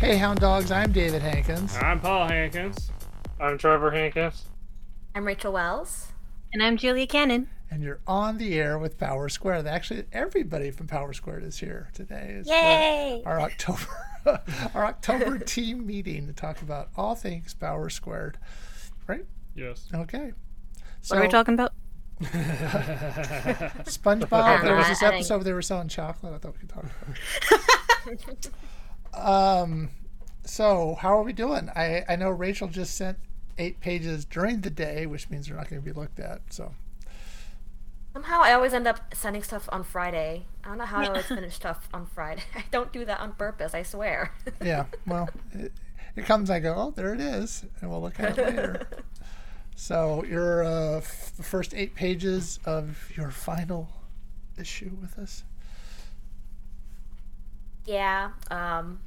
Hey, Hound Dogs, I'm David Hankins. I'm Paul Hankins. I'm Trevor Hankins. I'm Rachel Wells. And I'm Julia Cannon. And you're on the air with Power Squared. Actually, everybody from Power Squared is here today. It's Yay! Our, our October, our October team meeting to talk about all things Power Squared. Right? Yes. Okay. So, What are we talking about? SpongeBob. there was I- this I- episode where they were selling chocolate. I thought we could talk about. It. um, so how are we doing? I I know Rachel just sent eight pages during the day, which means they're not going to be looked at. So Somehow I always end up sending stuff on Friday. I don't know how I always finish stuff on Friday. I don't do that on purpose, I swear. yeah, well, it, it comes. I go, oh, there it is, and we'll look at it later. So your uh, f- the first eight pages of your final issue with us. yeah. Um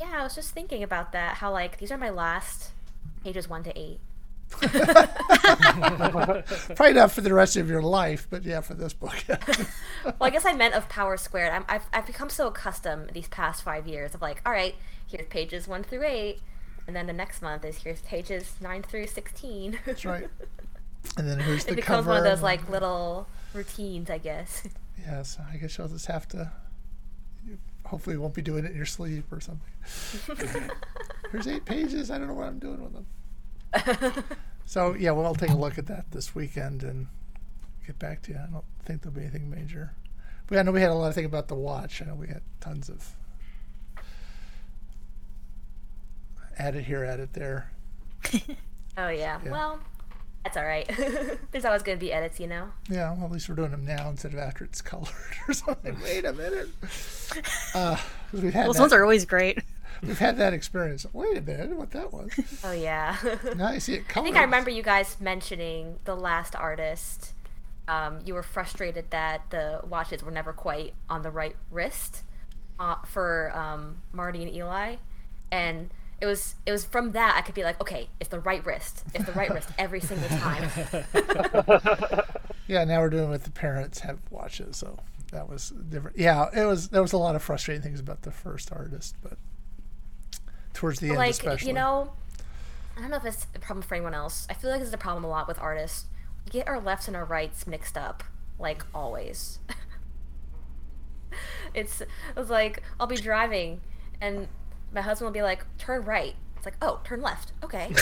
Yeah, I was just thinking about that, how like these are my last pages one to eight. Probably not for the rest of your life, but yeah, for this book. Well, I guess I meant of Power Squared. I'm, I've, I've become so accustomed these past five years of like, all right, here's pages one through eight, and then the next month is here's pages nine through sixteen. That's right. And then here's the it becomes cover. one of those and- like little routines, I guess. Yes, I guess you'll just have to. Hopefully, you won't be doing it in your sleep or something. Here's eight pages. I don't know what I'm doing with them. so yeah, well, I'll take a look at that this weekend and get back to you. I don't think there'll be anything major. But I know we had a lot of thing about the watch. I know we had tons of added here, added there. Oh yeah. Yeah. Well, that's all right. There's always gonna be edits, you know. Yeah, well, at least we're doing them now instead of after it's colored or something. Wait a minute. Uh, 'cause we've had Those that- ones are always great. We've had that experience. Wait a minute, I don't know what that was. Oh yeah. I Now I see it coming. think I remember you guys mentioning the last artist. Um, you were frustrated that the watches were never quite on the right wrist uh, for um, Marty and Eli, and it was it was from that I could be like, okay, it's the right wrist, it's the right wrist every single time. Yeah, now we're doing what the parents have watches, so that was different. Yeah, it was. There was a lot of frustrating things about the first artist, but towards the end, like especially. you know i don't know if it's a problem for anyone else i feel like this is a problem a lot with artists we get our lefts and our rights mixed up like always it's it's like i'll be driving and my husband will be like turn right it's like oh turn left okay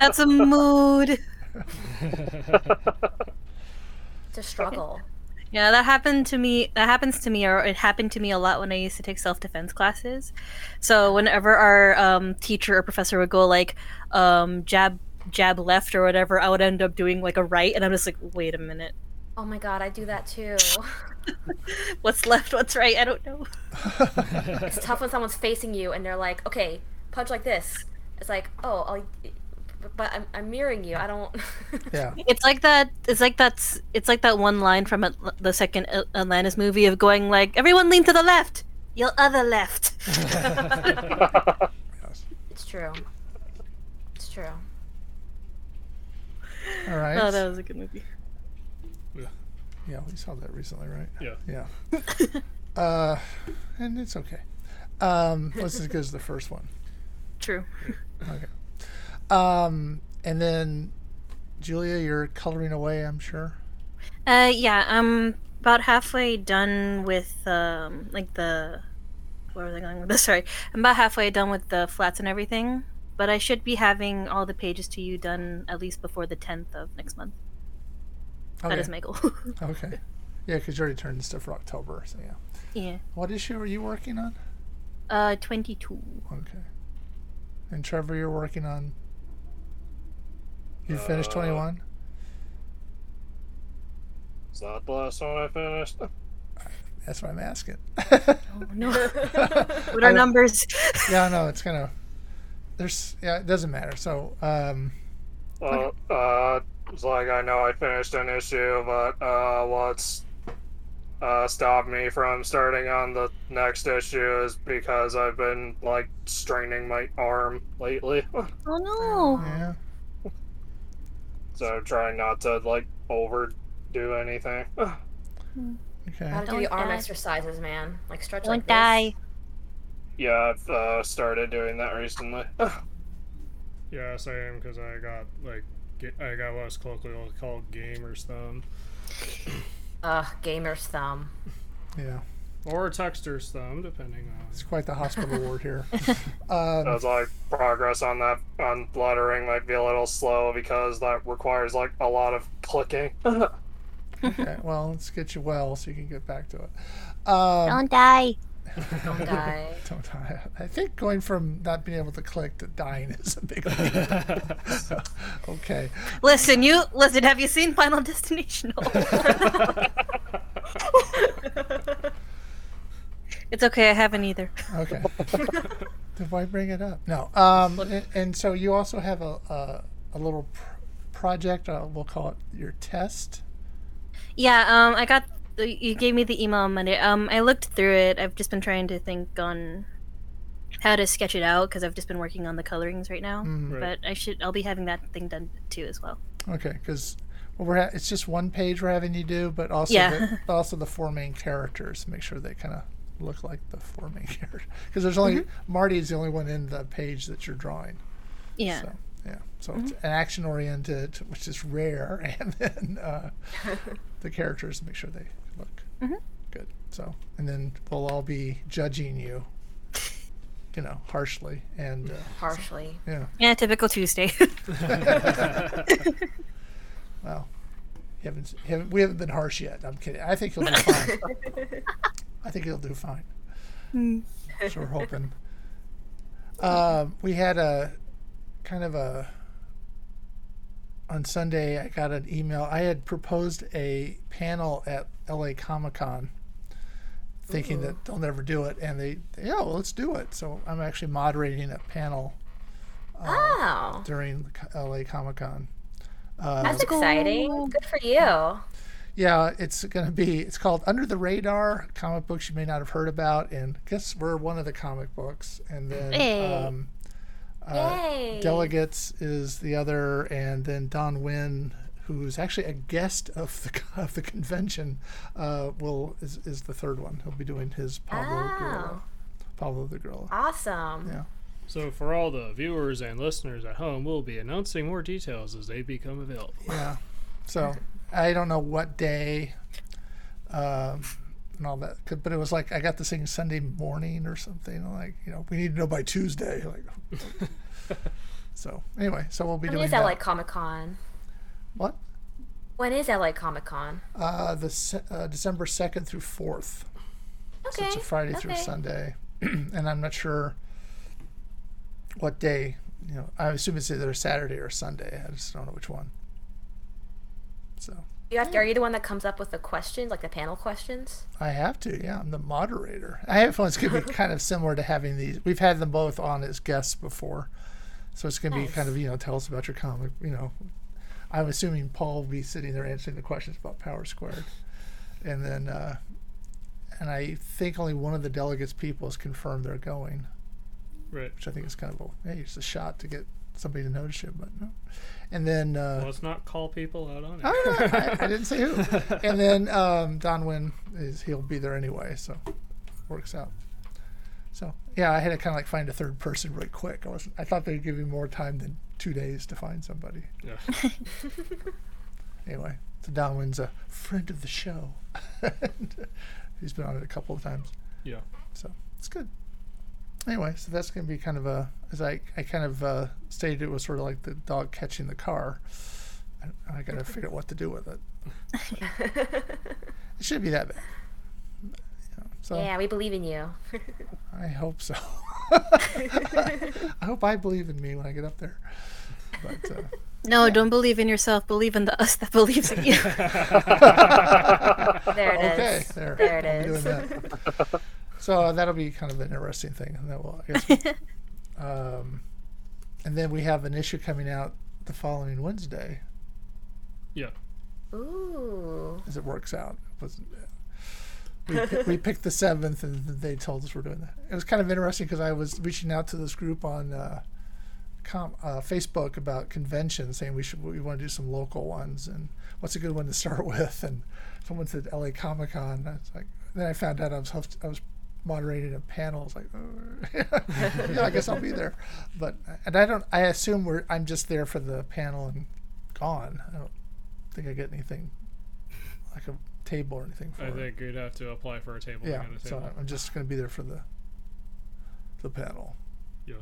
That's a mood. it's a struggle Yeah, that happened to me. That happens to me, or it happened to me a lot when I used to take self defense classes. So whenever our um, teacher or professor would go like um, jab jab left or whatever, I would end up doing like a right, and I'm just like, wait a minute, oh my god i do that too what's left, what's right? I don't know. it's tough when someone's facing you and they're like okay punch like this it's like oh I'll, but I'm, I'm mirroring you i don't yeah, It's like that. It's like that's. It's like that one line from Atl the second At- Atlantis movie of going like, "Everyone lean to the left, your other left." yes. it's true it's true All right. oh, that was a good movie. Yeah, we saw that recently, right? Yeah. Yeah. uh, and it's okay. Um, was as good as the first one. True. Okay. Um, and then, Julia, you're coloring away. I'm sure. Uh, yeah, I'm about halfway done with um, like the. Where was I going with this? Sorry, I'm about halfway done with the flats and everything, but I should be having all the pages to you done at least before the 10th of next month. Okay. That is my goal. Okay. Yeah, because you already turned stuff for October. So yeah. yeah. What issue are you working on? Uh, 22. Okay. And Trevor, you're working on. You finished Uh, 21. Is that the last one I finished? That's what I'm asking. Oh no. what are numbers? yeah, no, it's kind of. There's yeah, it doesn't matter. So um, Uh, uh, it's like I know I finished an issue, but uh, what's uh, stopped me from starting on the next issue is because I've been like straining my arm lately. Oh no. yeah, so I'm trying not to like overdo anything. okay. Gotta do Don't the arm die. exercises, man. Like stretch Don't like this. die. Yeah, I've uh, started doing that recently. Yeah, same, because I got, like, ga- I got what is colloquially called gamer's thumb. Ugh, gamer's thumb. Yeah, Or texter's thumb, depending on. it's quite the hospital ward here. Um, I was like, progress on that on lettering might be a little slow because that requires like a lot of clicking. okay, well, let's get you well so you can get back to it. Um, Don't die. Don't die. don't die. I think going from not being able to click to dying is a big leap. okay. Listen, you listen. Have you seen Final Destination? it's okay. I haven't either. Okay. Did why bring it up? No. Um, and, and so you also have a, a, a little pr- project. Uh, we'll call it your test. Yeah. Um. I got. You gave me the email on Monday. Um. I looked through it. I've just been trying to think on how to sketch it out because I've just been working on the colorings right now. Right. But I should. I'll be having that thing done too as well. Okay, because we're ha- it's just one page we're having you do, but also Yeah. the, but also the four main characters. Make sure they kind of look like the four main characters. Because there's only Marty is the only one in the page that you're drawing. Yeah. So yeah, so it's an action oriented, which is rare, and then uh, the characters make sure they look good. So and then we'll all be judging you, you know, harshly and uh, Harshly. yeah. Yeah. Typical Tuesday. uh, Wow. You haven't, you haven't, we haven't been harsh yet. I'm kidding. I think he'll do fine. I think he'll do fine. So we're hoping. Um, we had a kind of a on Sunday. I got an email. I had proposed a panel at LA Comic Con, thinking that they'll never do it, and they, yeah, well, let's do it. So I'm actually moderating a panel Oh, during the co- LA Comic Con. that's exciting. Good for you. Uh, Yeah, it's going to be. It's called Under the Radar comic books you may not have heard about, and guess we're one of the comic books. And then Hey. um, Yay. delegates is the other, and then Don Wynn, who's actually a guest of the co- of the convention, uh, will is, is the third one. He'll be doing his Pablo Gorilla, Pablo the Gorilla. awesome. Yeah. So, for all the viewers and listeners at home, we'll be announcing more details as they become available. Yeah. So I don't know what day um, and all that, 'cause- but it was like I got this thing Sunday morning or something. I'm like, you know, we need to know by Tuesday. Like, so anyway, so we'll be When doing is that. LA Comic Con? what? When is LA Comic Con? Uh, the se- uh, December second through fourth. Okay. So it's a Friday through okay. Sunday, and I'm not sure what day. You know, I assume it's either Saturday or Sunday. I just don't know which one. So You have to, are you the one that comes up with the questions, like the panel questions? I have to, yeah. I'm the moderator. I have feeling it's going to be kind of similar to having these. We've had them both on as guests before, so it's going to be kind of you know tell us about your comic. You know, I'm assuming Paul will be sitting there answering the questions about Power Squared, and then uh, and I think only one of the delegates' people has confirmed they're going, Right. which I think is kind of a hey, it's a shot to get somebody to notice you, but no. And then uh, Let's not call people out on it. I, I didn't say who. And then um, Don Wynn is he'll be there anyway, so works out. So yeah, I had to kind of like find a third person really quick. I was I thought they'd give you more time than two days to find somebody. Yeah. Anyway, so Don Wynn's a friend of the show. He's been on it a couple of times. Yeah. So it's good. Anyway, so that's going to be kind of a, as I, I kind of uh, stated, it was sort of like the dog catching the car. I, I got to figure out what to do with it. it shouldn't be that bad. You know, so Yeah, we believe in you. I hope so. I hope I believe in me when I get up there. But uh, No, don't believe in yourself. Believe in the us that believes in you. There it is. okay, there, There it I'll be is. doing that. so uh, that'll be kind of an interesting thing, and that will, I guess. um, and then we have an issue coming out the following Wednesday, Yeah. Ooh. as it works out. It was- we, pi- we picked the seventh, and th- they told us we're doing that. It was kind of interesting because I was reaching out to this group on uh, com, uh, Facebook about conventions, saying we should we want to do some local ones and what's a good one to start with. And someone said L.A. Comic Con. I was like, then I found out I was host, I was moderated a panel. It's like, oh. yeah, I guess I'll be there. But and I don't. I assume we're. I'm just there for the panel and gone. I don't think I get anything like a table or anything. For I it. think you'd have to apply for a table. to Yeah. get a So table. I'm just going to be there for the the panel. Yeah.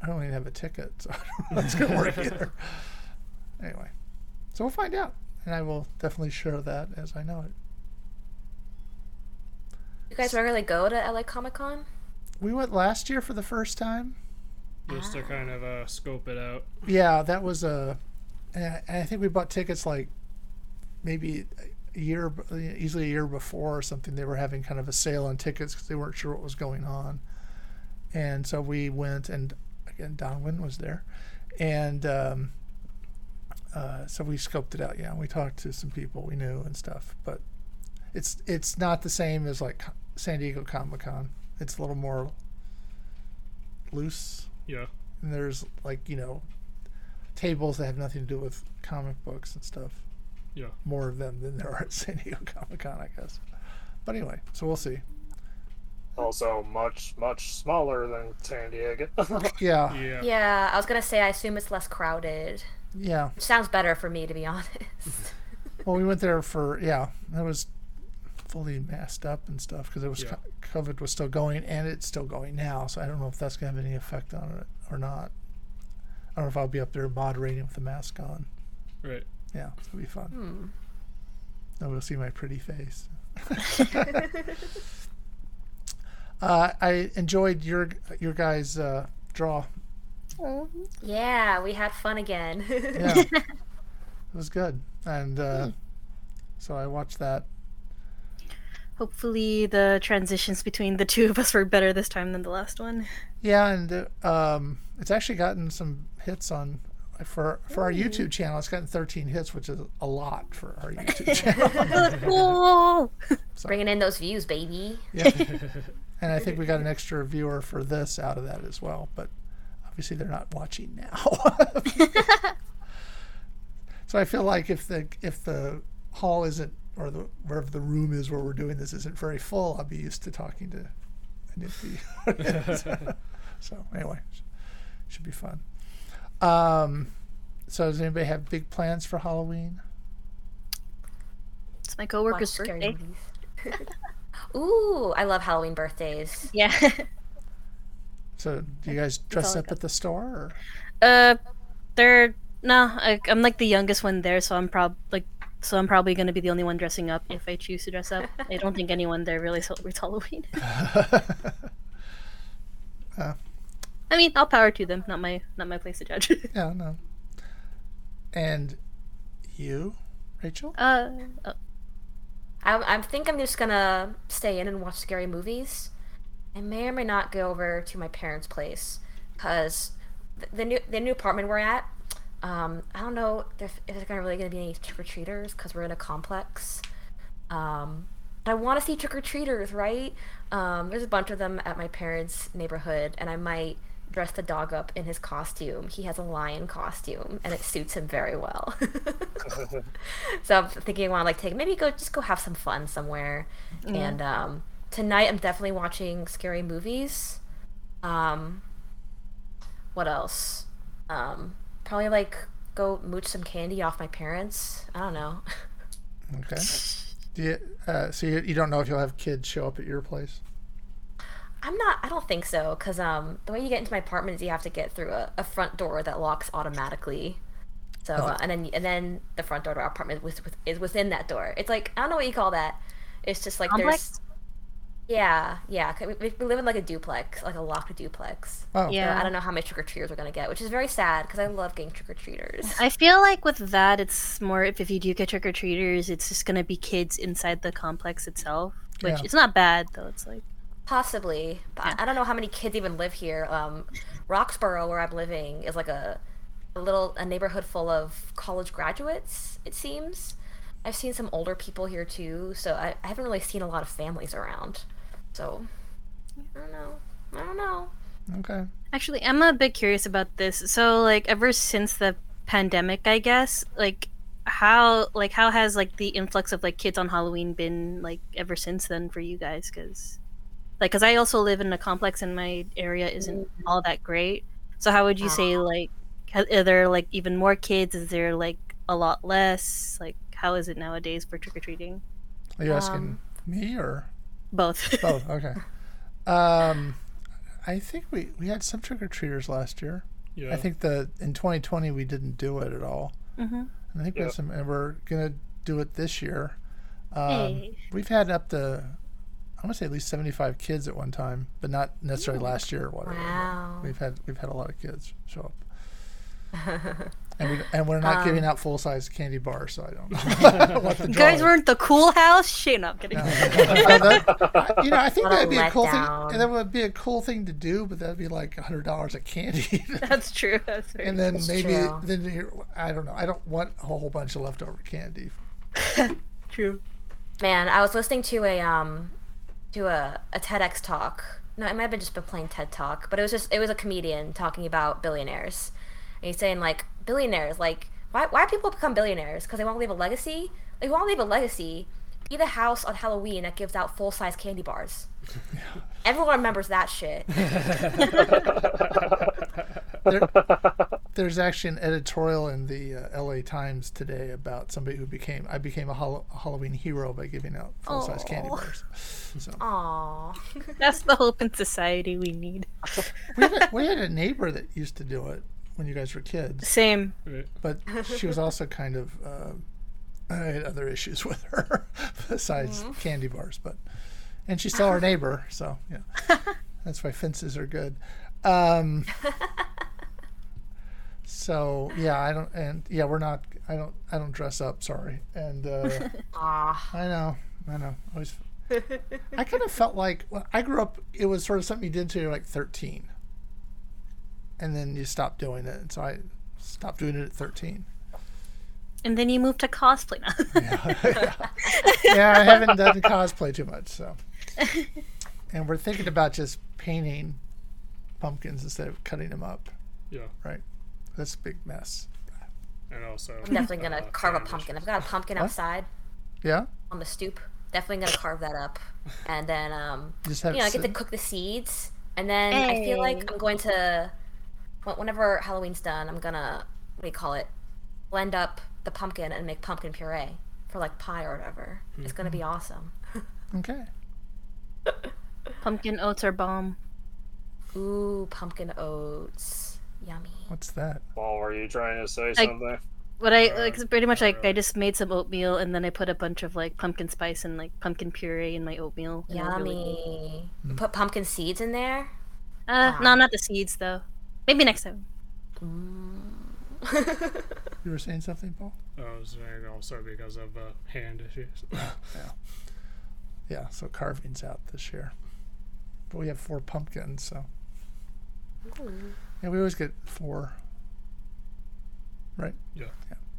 I don't even have a ticket, so I don't know how it's going to work either. Anyway, so we'll find out, and I will definitely share that as I know it. You guys regularly go to LA Comic Con? We went last year for the first time. Just to kind of uh, scope it out. Yeah, that was a. And I- and I think we bought tickets like maybe a year, b- easily a year before or something. They were having kind of a sale on tickets because they weren't sure what was going on, and so we went. And again, Donwin was there, and um, uh, so we scoped it out. Yeah, we talked to some people we knew and stuff, but it's it's not the same as like Co- San Diego Comic Con. It's a little more loose Yeah. and there's like you know tables that have nothing to do with comic books and stuff Yeah. more of them than there are at san diego comic-con i guess but anyway so we'll see Also, much much smaller than San Diego. yeah Yeah. Yeah, I was gonna say I assume it's less crowded. yeah Which sounds better for me to be honest. well we went there for yeah that was fully masked up and stuff because it was Yeah. co- covid was still going and it's still going now so i don't know if that's going to have any effect on it or not i don't know if i'll be up there moderating with the mask on Right. yeah so it'll be fun Now we'll see my pretty face. uh, I enjoyed your your guys' uh, draw. yeah, we had fun again. Yeah, it was good, and uh, so I watched that. Hopefully, the transitions between the two of us were better this time than the last one. Yeah, and uh, um, it's actually gotten some hits on for for our YouTube channel. It's gotten 13 hits, which is a lot for our YouTube channel. Cool. Bringing in those views, baby. and I think we got an extra viewer for this out of that as well. But obviously, they're not watching now. so I feel like if the if the hall isn't or the wherever the room is where we're doing this isn't very full, I'll be used to talking to an empty. so anyway, should be fun. Um, so does anybody have big plans for Halloween? It's my Watch coworker's scary birthday. movies. Ooh, I love Halloween birthdays. Yeah. So do you guys dress all I up at the store? Or? uh, they're no. I, I'm like the youngest one there, so I'm prob like so I'm probably gonna be the only one dressing up if I choose to dress up. I don't think anyone there really celebrates Halloween. I mean, I'll power to them. Not my not my place to judge. Yeah, no. And you, Rachel? uh, oh, I, I think I'm just gonna stay in and watch scary movies. I may or may not go over to my parents' place because the, the new the new apartment we're at. Um, I don't know if, if there's gonna really gonna be any trick or treaters because we're in a complex. Um, but I want to see trick or treaters, right? Um, there's a bunch of them at my parents' neighborhood, and I might dress the dog up in his costume. He has a lion costume, and it suits him very well. So I'm thinking I want to like take maybe go just go have some fun somewhere. And um, tonight I'm definitely watching scary movies. Um, what else? Um, probably like go mooch some candy off my parents. I don't know. Okay. Do you, uh, so you, you don't know if you'll have kids show up at your place? I'm not. I don't think so because um, the way you get into my apartment is you have to get through a, a front door that locks automatically. So uh, and then and then the front door to our apartment with, with, is within that door. It's like I don't know what you call that. It's just like complex. there's yeah yeah. 'cause We, we live in like a duplex, like a locked duplex. Oh, Yeah. I don't know how many trick or treaters we're gonna get, which is very sad because I love getting trick or treaters. I feel like with that, it's more if, if you do get trick or treaters, it's just gonna be kids inside the complex itself, which Yeah. it's not bad though. It's like Possibly, but I- I don't know how many kids even live here. Um, Roxborough, where I'm living, is like a, a little a neighborhood full of college graduates. It seems. I've seen some older people here too, so I, I haven't really seen a lot of families around. So I don't know. I don't know. Okay. Actually, I'm a bit curious about this. So, like, ever since the pandemic, I guess, like, how, like, how has like the influx of like kids on Halloween been like ever since then for you guys? Because like because i also live in a complex and my area isn't Mm. all that great so how would you say like ha- are there like even more kids is there like a lot less like how is it nowadays for trick-or-treating Are you asking Um, me or both both? Okay. Um, I think we, we had some trick or treaters last year. Yeah. I think the in 2020 we didn't do it at all. hmm I think we Yeah. have some, and we're gonna do it this year. Um, Hey. We've had up to, I want to say at least 75 kids at one time, but not necessarily last year or whatever. but Wow. We've had we've had a lot of kids show up. And, we, and we're not giving out full size candy bars, so I don't know what the you draw guys is. weren't the cool house shit no i'm kidding So that- you know, I think What a that'd be a cool letdown. thing. That would be a cool thing to do, but that'd be like hundred dollars of candy, that's true that's very and then That's maybe true. then you I don't know. I don't want a whole bunch of leftover candy. true Man, I was listening to a um to a, a TEDx talk. No, it might have been just been plain TED talk, but it was just it was a comedian talking about billionaires. And he's saying like billionaires, like why why people become billionaires? Because they want to leave a legacy. Like, you want to leave a legacy. Be the house on Halloween that gives out full size candy bars. Everyone remembers that shit. There, there's actually an editorial in the uh, L.A. Times today about somebody who became I became a, Hall- a Halloween hero by giving out full size candy Aw. bars. So Aww. that's the hope in society we need we had, a, we had a neighbor that used to do it when you guys were kids. same but she was also kind of uh, I had other issues with her besides candy bars. But and she's still our neighbor, so yeah, that's why fences are good. Um, so yeah, I don't and yeah, we're not. I don't. I don't dress up. Sorry. And uh, Aw. I know. I know. I always. I kind of felt like well, I grew up. It was sort of something you did until you're like 13, and then you stopped doing it. And so I stopped doing it at 13. and then you move to cosplay now yeah, I haven't done cosplay too much, so. And we're thinking about just painting pumpkins instead of cutting them up, Yeah. right? That's a big mess. And also. I'm definitely gonna uh, carve a sandwiches. pumpkin. I've got a pumpkin outside Yeah, on the stoop. Definitely gonna carve that up. And then um just have you know, I get to sit- cook the seeds, and then I feel like I'm going to, wh- whenever Halloween's done, I'm gonna what do you call it? Blend up the pumpkin and make pumpkin puree for like pie or whatever. It's gonna Mm-hmm. be awesome. okay. pumpkin oats are bomb Ooh, pumpkin oats, yummy. What's that? Paul, were you trying to say I- something? What I like is pretty much like I just made some oatmeal and then I put a bunch of like pumpkin spice and like pumpkin puree in my oatmeal. and it was really good. Yummy. You Put pumpkin seeds in there. Uh, no, not the seeds though. Maybe next time. You were saying something, Paul? Oh, it's very- also because of uh, hand issues. Yeah, so carving's out this year. But we have four pumpkins, so. Yeah, we always get four. Right? yeah.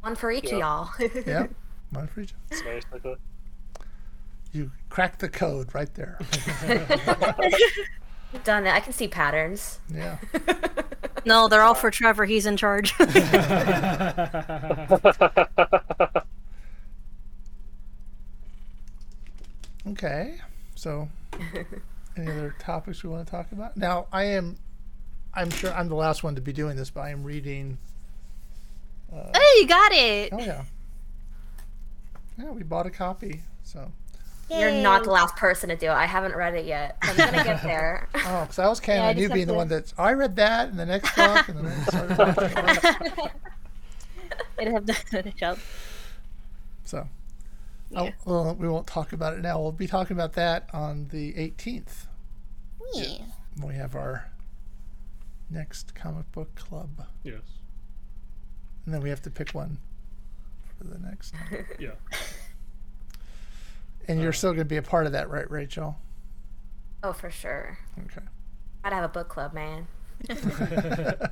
One for each Yeah. of y'all. Yeah. One for each. Basically. You cracked the code right there. Done it. I can see patterns. Yeah. No, they're all for Trevor. He's in charge. Okay. So, any other topics we want to talk about? Now, I am, I'm sure I'm the last one to be doing this, but I am reading. hey, you got it. Oh yeah. Yeah, we bought a copy. So, You're not the last person to do it. I haven't read it yet. I'm gonna get there. oh, because I was counting Yeah, I on you just have being the to- one that I read that, and the next book, and the next. I read that. I'd have to finish up. so, oh, well, we won't talk about it now. We'll be talking about that on the 18th. Yeah. We have our next comic book club, yes. and then we have to pick one for the next. Yeah. And Mm. you're still going to be a part of that, right, Rachel? Oh, for sure. Okay. I'd have a book club, man. I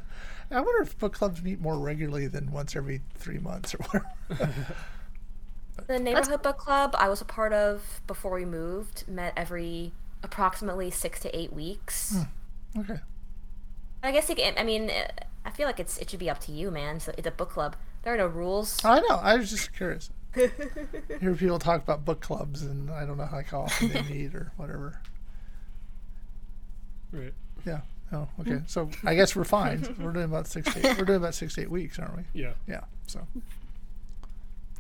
wonder if book clubs meet more regularly than once every three months or whatever. The neighborhood book club I was a part of before we moved met every approximately six to eight weeks. Hmm. Okay. I guess it, can- I mean eh, I feel like it's it should be up to you, man. So it's a book club. There are no rules. I know. I was just curious. hear people talk about book clubs, and I don't know how often they meet or whatever. Right. Yeah. Oh, okay. So I guess we're fine. We're doing about six. To eight, we're doing about six to eight weeks, aren't we? Yeah. Yeah. So,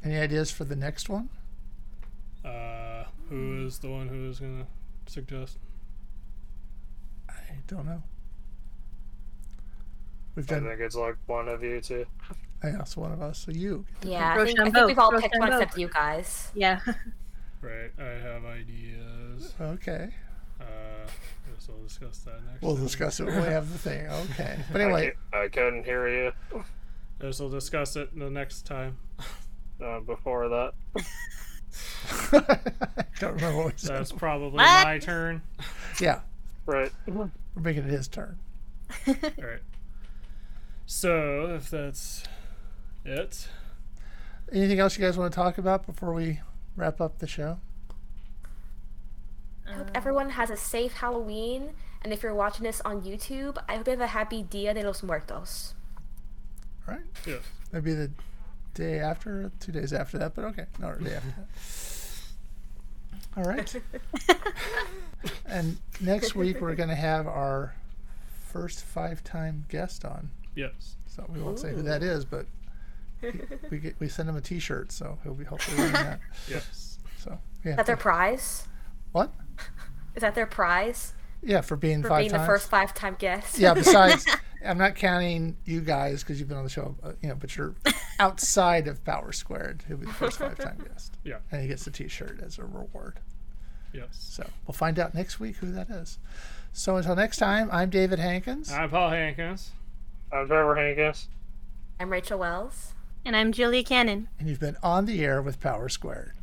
any ideas for the next one? Uh, who is the one who is gonna suggest? I don't know. We've I done. think it's like one of you two. I asked one of us. So you. Yeah, I think, I Rochambeau, think we've all picked one Rochambeau. except you guys. Yeah. Right. I have ideas. Okay. Uh, I guess we'll discuss that next. We'll time. discuss it when we have the thing. Okay. But I anyway, cou- I couldn't hear you I guess we'll discuss it the next time. uh, before that. I don't remember what we said. That's probably What? my turn. Yeah, Right. we're making it his turn. All right. So if that's it, Anything else you guys want to talk about before we wrap up the show? I hope everyone has a safe Halloween, and if you're watching this on YouTube, I hope you have a happy Dia de los Muertos. All right. yeah. That'd be the day after, two days after that, but okay. No, the day after that. All right. and next week, we're going to have our first five time guest on. Yes. So we won't say who that is, but we, we, get, we send him a t shirt, so he'll be hopefully wearing that. Yes. So, yeah. Is that their prize? what? Is that their prize Yeah, for being for five being times. the first five-time guest? yeah besides i'm not counting you guys because you've been on the show uh, you know but you're outside of power squared who'll be the first five time guest Yeah. and he gets a t-shirt as a reward Yes. so we'll find out next week who that is so until next time i'm david hankins I'm Paul Hankins. I'm Trevor Hankins. I'm Rachel Wells. And I'm Julia Cannon. and you've been on the air with power squared